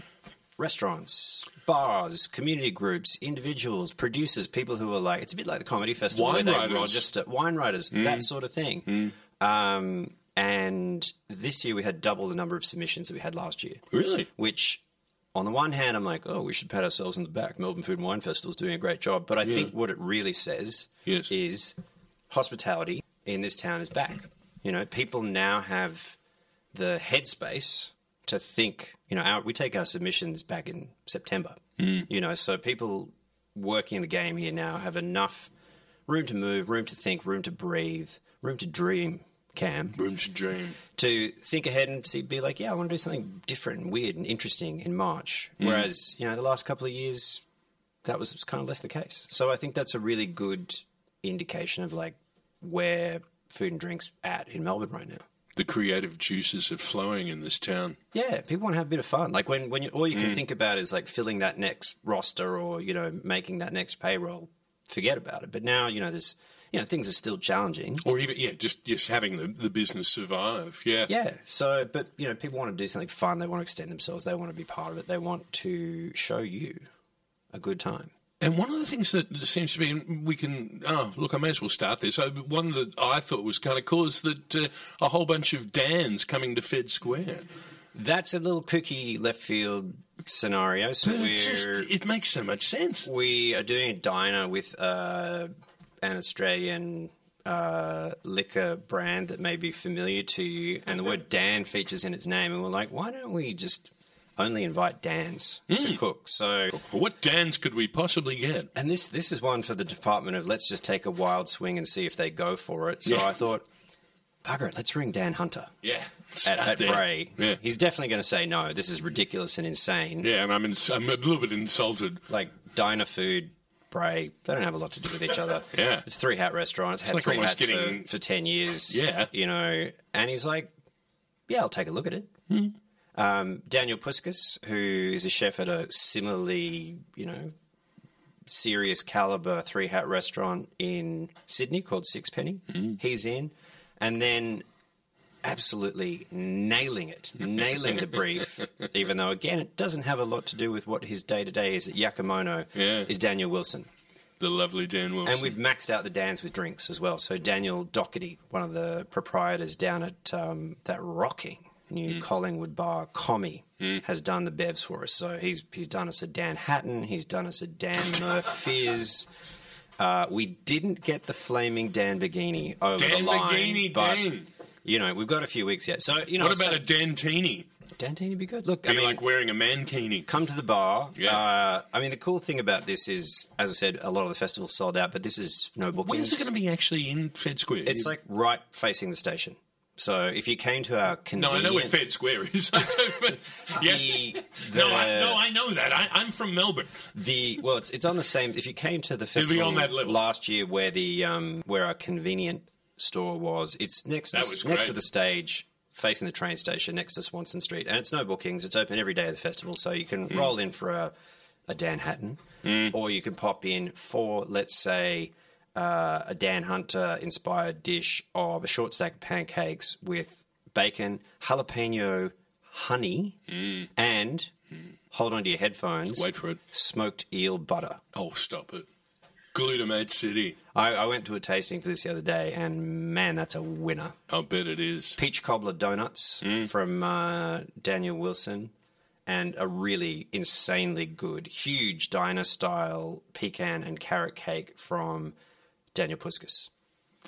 E: restaurants, bars, community groups, individuals, producers, people who are like it's a bit like the comedy festival
A: Wine
E: where
A: writers. Mm.
E: they register wine writers, that sort of thing. Um, and this year we had double the number of submissions that we had last year
A: Really?
E: which on the one hand I'm like, oh, we should pat ourselves on the back. Melbourne Food and Wine Festival is doing a great job, but I think what it really says
A: Yes.
E: is hospitality in this town is back. You know, people now have the headspace to think. You know, our, we take our submissions back in September. You know, so people working the game here now have enough room to move, room to think, room to breathe, room to dream. Cam,
A: Room to dream.
E: to think ahead and see, be like, yeah, I want to do something different, and weird, and interesting in March. Whereas, you know, the last couple of years, that was, was kind of less the case. So I think that's a really good indication of like where food and drinks at in Melbourne right now.
A: The creative juices are flowing in this town.
E: Yeah, people want to have a bit of fun. Like when, when you, all you can think about is like filling that next roster or you know making that next payroll. Forget about it. But now you know there's you know things are still challenging.
A: Or even, yeah, just, just having the, the business survive. Yeah.
E: Yeah. So, but you know, people want to do something fun. They want to extend themselves. They want to be part of it. They want to show you a good time.
A: And one of the things that seems to be, and we can, oh, look, I may as well start this. Uh, One that I thought was kind of cool is that uh, a whole bunch of Dans coming to Fed Square.
E: That's a little kooky left field scenario. So
A: But
E: we're
A: it just, it makes so much sense.
E: we are doing a diner with uh, an Australian uh, liquor brand that may be familiar to you, and the word Dan features in its name. And we're like, why don't we just only invite Dan's
A: Mm.
E: to cook? So
A: What Dans could we possibly get?
E: and this this is one for the department of let's just take a wild swing and see if they go for it. So I thought, bugger it, let's ring Dan Hunter
A: Yeah.
E: at,
A: Start
E: at
A: there.
E: Bray.
A: Yeah.
E: He's definitely going to say no. This is ridiculous and insane.
A: Yeah, and I'm, ins- I'm a little bit insulted.
E: Like diner food. Bray, they don't have a lot to do with each other.
A: Yeah.
E: it's three hat restaurants. Had
A: like
E: three hats
A: almost getting-
E: for, for ten years.
A: Yeah.
E: you know, and he's like, yeah, I'll take a look at it.
A: Hmm.
E: Um, Daniel Puskas, who is a chef at a similarly, you know, serious caliber three hat restaurant in Sydney called Sixpenny. He's in, and then absolutely nailing it, nailing the brief. Even though again, it doesn't have a lot to do with what his day to day is at Yakumono.
A: Yeah.
E: Is Daniel Wilson,
A: The lovely Dan Wilson.
E: and we've maxed out the Dans with drinks as well. So Daniel Doherty, one of the proprietors down at um, that rocking. New
A: Mm.
E: Collingwood bar, Commie, has done the bevs for us. So he's he's done us a Dan Hatton, he's done us a Dan Murph Fizz. Uh, we didn't get the flaming Dan Bagini over
A: Dan
E: the line.
A: Bagini,
E: but,
A: Dan.
E: You know, we've got a few weeks yet. So, uh, you know,
A: what about
E: so
A: a Dantini?
E: Dantini would be good. Look,
A: Be
E: I mean,
A: like wearing a mankini.
E: come to the bar.
A: Yeah.
E: Uh, I mean, the cool thing about this is, as I said, a lot of the festivals sold out, but this is no bookings.
A: Where's it going to be actually in Fed Square?
E: It's like right facing the station. So if you came to our
A: no, I
E: convenient,
A: know where Fed Square is. I don't- yeah.
E: the, the,
A: no, I, no, I know that. I, I'm from Melbourne.
E: the well, it's it's on the same. If you came to the
A: be
E: festival
A: on that level.
E: last year, where the um, where our convenient store was, it's next to
A: That
E: the-
A: was
E: next
A: great.
E: to the stage. Facing the train station next to Swanson Street, and it's no bookings. It's open every day of the festival, so you
A: Hmm.
E: can roll in for a, a Dan Hatton, or you can pop in for, let's say, uh, a Dan Hunter inspired dish of a short stack of pancakes with bacon, jalapeno, honey, and hold on to your headphones.
A: Hmm. Wait for it.
E: Smoked eel butter.
A: Oh, stop it. Glutamate City.
E: I, I went to a tasting for this the other day, and man, that's a winner.
A: I'll bet it is.
E: Peach cobbler donuts from uh, Daniel Wilson, and a really insanely good, huge diner style pecan and carrot cake from Daniel Puskas.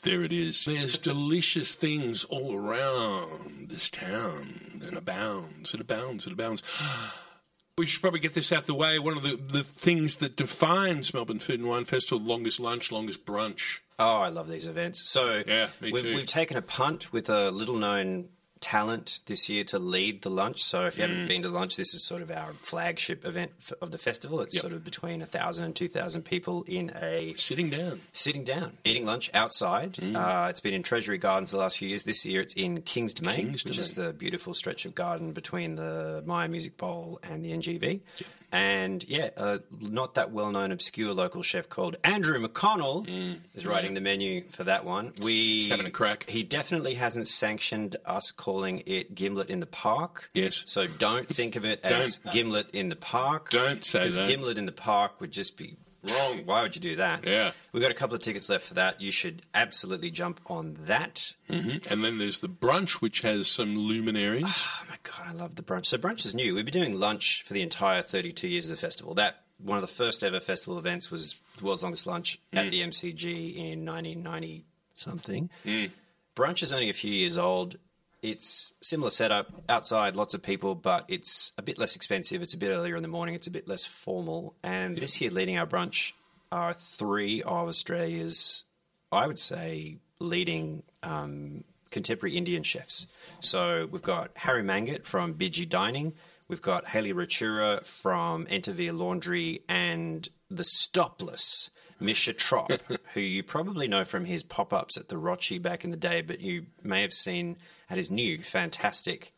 A: There it is. There's delicious things all around this town and abounds and abounds and abounds. We should probably get this out the way. One of the, the things that defines Melbourne Food and Wine Festival longest lunch, longest brunch.
E: Oh, I love these events. So
A: Yeah, me
E: we've,
A: too.
E: we've taken a punt with a little known talent this year to lead the lunch. So if you
A: Mm.
E: haven't been to lunch, this is sort of our flagship event f- of the festival. It's sort of between 1,000 and 2,000 people in a
A: Sitting down.
E: sitting down, eating lunch outside.
A: Mm.
E: Uh, it's been in Treasury Gardens the last few years. This year it's in King's Domain,
A: King's
E: which is the beautiful stretch of garden between the Maya Music Bowl and the NGV. And yeah, a not that well known, obscure local chef called Andrew McConnell is writing the menu for that one. We,
A: Mm. He's having a crack.
E: He definitely hasn't sanctioned us calling it Gimlet in the Park.
A: Yes.
E: So don't think of it as Gimlet in the Park.
A: Don't say
E: 'Cause
A: that.
E: Gimlet in the Park would just be wrong. Why would you do that?
A: Yeah.
E: We've got a couple of tickets left for that. You should absolutely jump on that.
A: And then there's the brunch, which has some luminaries.
E: Oh my god, I love the brunch. So brunch is new. We've been doing lunch for the entire 32 years of the festival. That one of the first ever festival events was the world's longest lunch at the MCG in 1990 something. Brunch is only a few years old. It's similar setup outside, lots of people, but it's a bit less expensive. It's a bit earlier in the morning. It's a bit less formal. And this year, leading our brunch are three of Australia's I would say leading um, contemporary Indian chefs. So we've got Harry Mangat from Biji Dining, we've got Haley Ratura from Entervia Laundry, and the Stopless. Misha Trop, who you probably know from his pop ups at the Rochi back in the day, but you may have seen at his new fantastic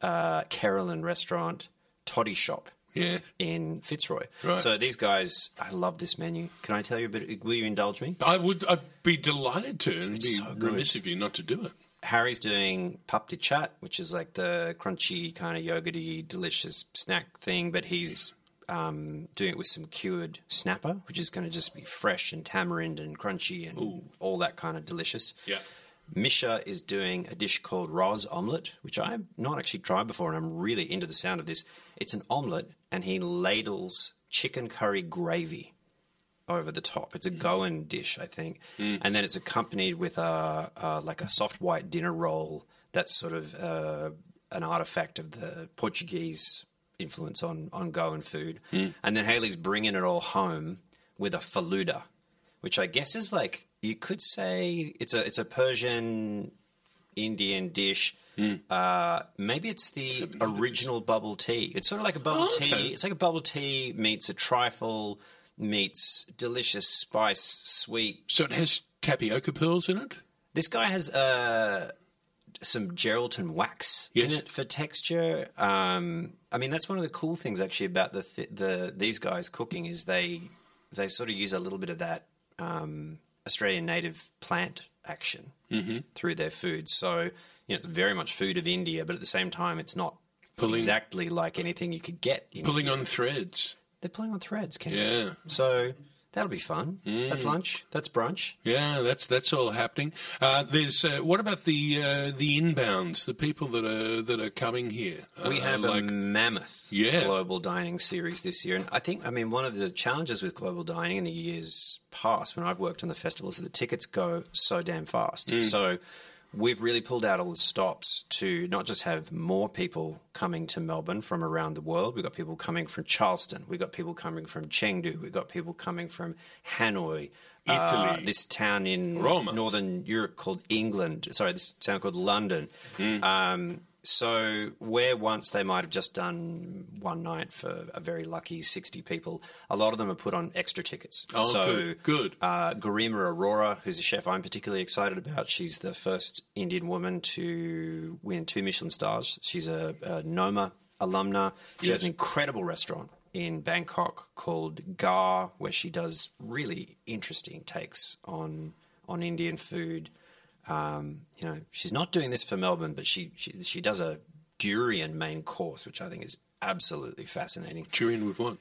E: uh, Carolyn restaurant, Toddy Shop.
A: Yeah.
E: In Fitzroy.
A: Right.
E: So these guys, I love this menu. Can I tell you a bit? Will you indulge me?
A: I would I'd be delighted to, and it'd be
E: so good.
A: remiss of you not to do it.
E: Harry's doing pup de chat, which is like the crunchy kind of yogurty, delicious snack thing, but he's um, doing it with some cured snapper, which is going to just be fresh and tamarind and crunchy and all that kind of delicious.
A: Yeah.
E: Misha is doing a dish called Roz omelette, which I've not actually tried before, and I'm really into the sound of this. It's an omelette, and he ladles chicken curry gravy over the top. It's a Goan dish, I think, and then it's accompanied with a, a like a soft white dinner roll that's sort of uh, an artifact of the Portuguese influence on on Goan food.
A: Hmm.
E: And then Haley's bringing it all home with a faluda, which I guess is like you could say it's a it's a Persian Indian dish.
A: Hmm.
E: Uh, maybe it's the original bubble tea. It's sort of like a bubble
A: Oh, okay.
E: tea. It's like a bubble tea meets a trifle meets delicious spice sweet.
A: So it has tapioca pearls in it.
E: This guy has uh, some Geraldton wax
A: Yes.
E: in it for texture. Um, I mean, that's one of the cool things actually about the th- the these guys cooking is they they sort of use a little bit of that um, Australian native plant action
A: Mm-hmm.
E: through their food. So you know, it's very much food of India, but at the same time, it's not
A: Pulling-
E: exactly like anything you could get. In
A: Pulling on threads.
E: They're pulling on threads, Ken.
A: Yeah. Mm.
E: So that'll be fun. That's lunch. That's brunch.
A: Yeah, that's that's all happening. Uh, there's uh, what about the uh, the inbounds, the people that are that are coming here?
E: We
A: Uh,
E: have um, a mammoth
A: Yeah.
E: global dining series this year. And I think, I mean, one of the challenges with global dining in the years past when I've worked on the festivals is that the tickets go so damn fast.
A: Hmm.
E: So we've really pulled out all the stops to not just have more people coming to Melbourne from around the world. We've got people coming from Charleston. We've got people coming from Chengdu. We've got people coming from Hanoi. uh,
A: Italy.
E: this town in
A: Roma.
E: northern Europe called England. Sorry, this town called London. Um, so where once they might have just done one night for a very lucky sixty people, a lot of them are put on extra tickets.
A: Oh,
E: so
A: good, good.
E: Uh, Garima Aurora, who's a chef I'm particularly excited about, she's the first Indian woman to win two Michelin stars. She's a, a Noma alumna. She has an incredible restaurant in Bangkok called Gar, where she does really interesting takes on on Indian food. Um, you know, she's not doing this for Melbourne, but she, she she does a durian main course, which I think is absolutely fascinating
A: durian with what?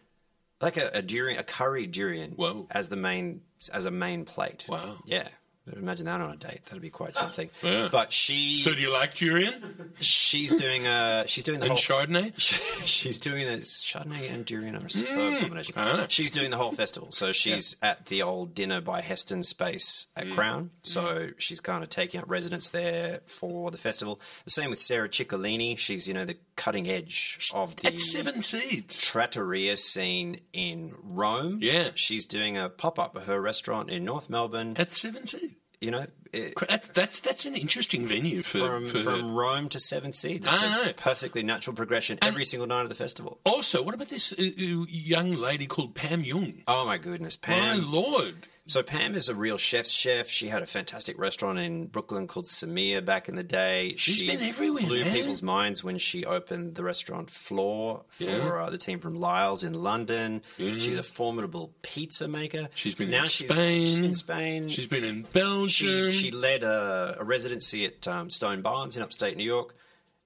E: like a, a durian, a curry durian,
A: Whoa.
E: as the main as a main plate.
A: Wow.
E: Yeah, imagine that on a date. That'd be quite something.
A: Yeah.
E: But she
A: So do you like durian
E: she's doing a she's doing the
A: and
E: whole
A: Chardonnay?
E: she's doing this Chardonnay and durian are a superb combination.
A: Ah.
E: She's doing the whole festival, so she's at the old dinner by Heston space at
A: Mm.
E: Crown. So she's kind of taking up residence there for the festival. The same with Sarah Ciccolini. She's you know the cutting edge of the
A: At Seven Seeds.
E: trattoria scene in Rome.
A: Yeah.
E: She's doing a pop up of her restaurant in North Melbourne.
A: At Seven Seeds.
E: You know, it,
A: That's that's that's an interesting venue for,
E: from,
A: for
E: from Rome to Seven Seeds.
A: I
E: It's a
A: know.
E: perfectly natural progression every single night of the festival.
A: Also, what about this uh, uh, young lady called Pam Young?
E: Oh my goodness,
A: My
E: Pam.
A: lord.
E: So Pam is a real chef's chef. She had a fantastic restaurant in Brooklyn called Samia back in the day. She's
A: been everywhere,
E: Blew
A: man.
E: people's minds when she opened the restaurant Floor for
A: Yeah. Mm-hmm.
E: uh, the team from Lyles in London. She's a formidable pizza maker.
A: She's been
E: now
A: in
E: she's,
A: Spain.
E: She's in Spain.
A: She's been in Belgium.
E: she, she led a, a residency at um, Stone Barns in upstate New York.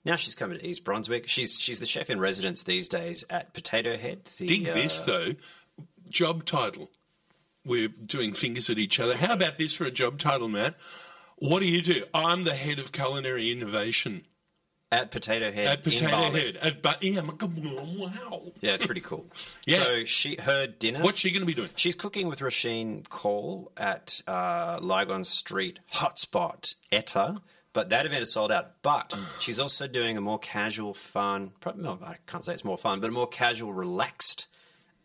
E: Now she's coming to East Brunswick. She's she's the chef in residence these days at Potato Head. The,
A: Dig
E: uh,
A: this though. Job title. We're doing fingers at each other. How about this for a job title, Matt? What do you do? I'm the head of culinary innovation
E: uh, at Potato Head
A: at
E: in
A: Potato
E: Bali.
A: Head. At ba- yeah, my God, wow.
E: Yeah, it's pretty cool.
A: Yeah.
E: So she her dinner.
A: What's she going to be doing?
E: She's cooking with Rasheen Call at uh, Lygon Street Hotspot Etta, but that event is sold out. But she's also doing a more casual, fun. Probably, no, I can't say it's more fun, but a more casual, relaxed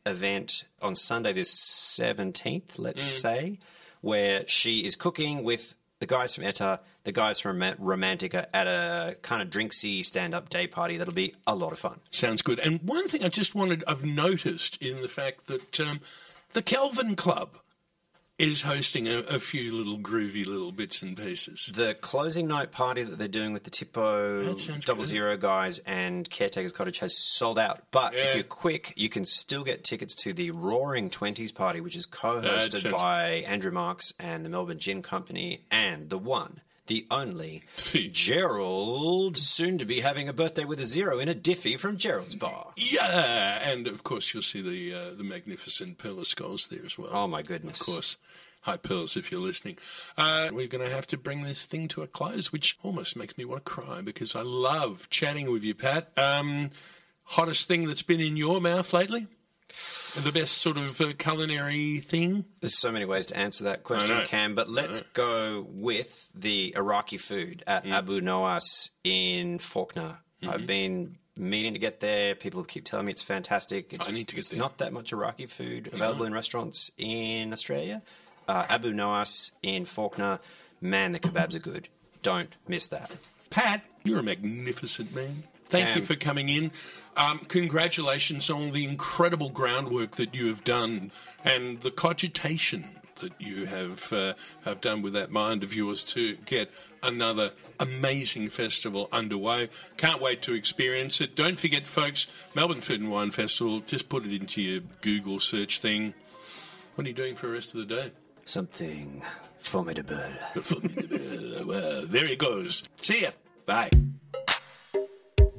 E: event on Sunday, this seventeenth, let's say, where she is cooking with the guys from Etta, the guys from Roma- Romantica at a kind of drinksy stand-up day party. That'll be a lot of fun.
A: Sounds good. And one thing I just wanted, I've noticed in the fact that um, the Kelvin Club is hosting a, a few little groovy little bits and pieces.
E: The closing night party that they're doing with the
A: That
E: Tipo
A: sounds
E: Double
A: good.
E: Zero guys and Caretaker's Cottage has sold out. But
A: Yeah.
E: if you're quick, you can still get tickets to the Roaring Twenties party, which is
A: That
E: co-hosted
A: sounds-
E: by Andrew Marks and the Melbourne Gin Company and the one, the only Gerald, soon to be having a birthday with a zero in a diffie from Gerald's bar.
A: Yeah, and of course you'll see the uh, the magnificent Pearl of Skulls there as well.
E: Oh my goodness!
A: Of course. Hi, Pearls, if you're listening. Uh, we're going to have to bring this thing to a close, which almost makes me want to cry because I love chatting with you, Pat. Um, hottest thing that's been in your mouth lately? The best sort of uh, culinary thing?
E: There's so many ways to answer that question,
A: know. Mm.
E: Cam, but let's go with the Iraqi food at Abu Noas in Faulkner.
A: Mm-hmm.
E: I've been meaning to get there. People keep telling me it's fantastic. It's,
A: I need to get
E: it's
A: there. Mm-hmm.
E: not that much Iraqi food available in restaurants in Australia. Uh, Abu Noas in Faulkner. Man, the kebabs are good. Don't miss that.
A: Pat, you're a magnificent man. Thank you
E: Cam.
A: for coming in. Um, congratulations on all the incredible groundwork that you have done and the cogitation that you have uh, have done with that mind of yours to get another amazing festival underway. Can't wait to experience it. Don't forget, folks, Melbourne Food and Wine Festival. Just put it into your Google search thing. What are you doing for the rest of the day?
E: Something formidable.
A: well, there he goes. See ya. Bye.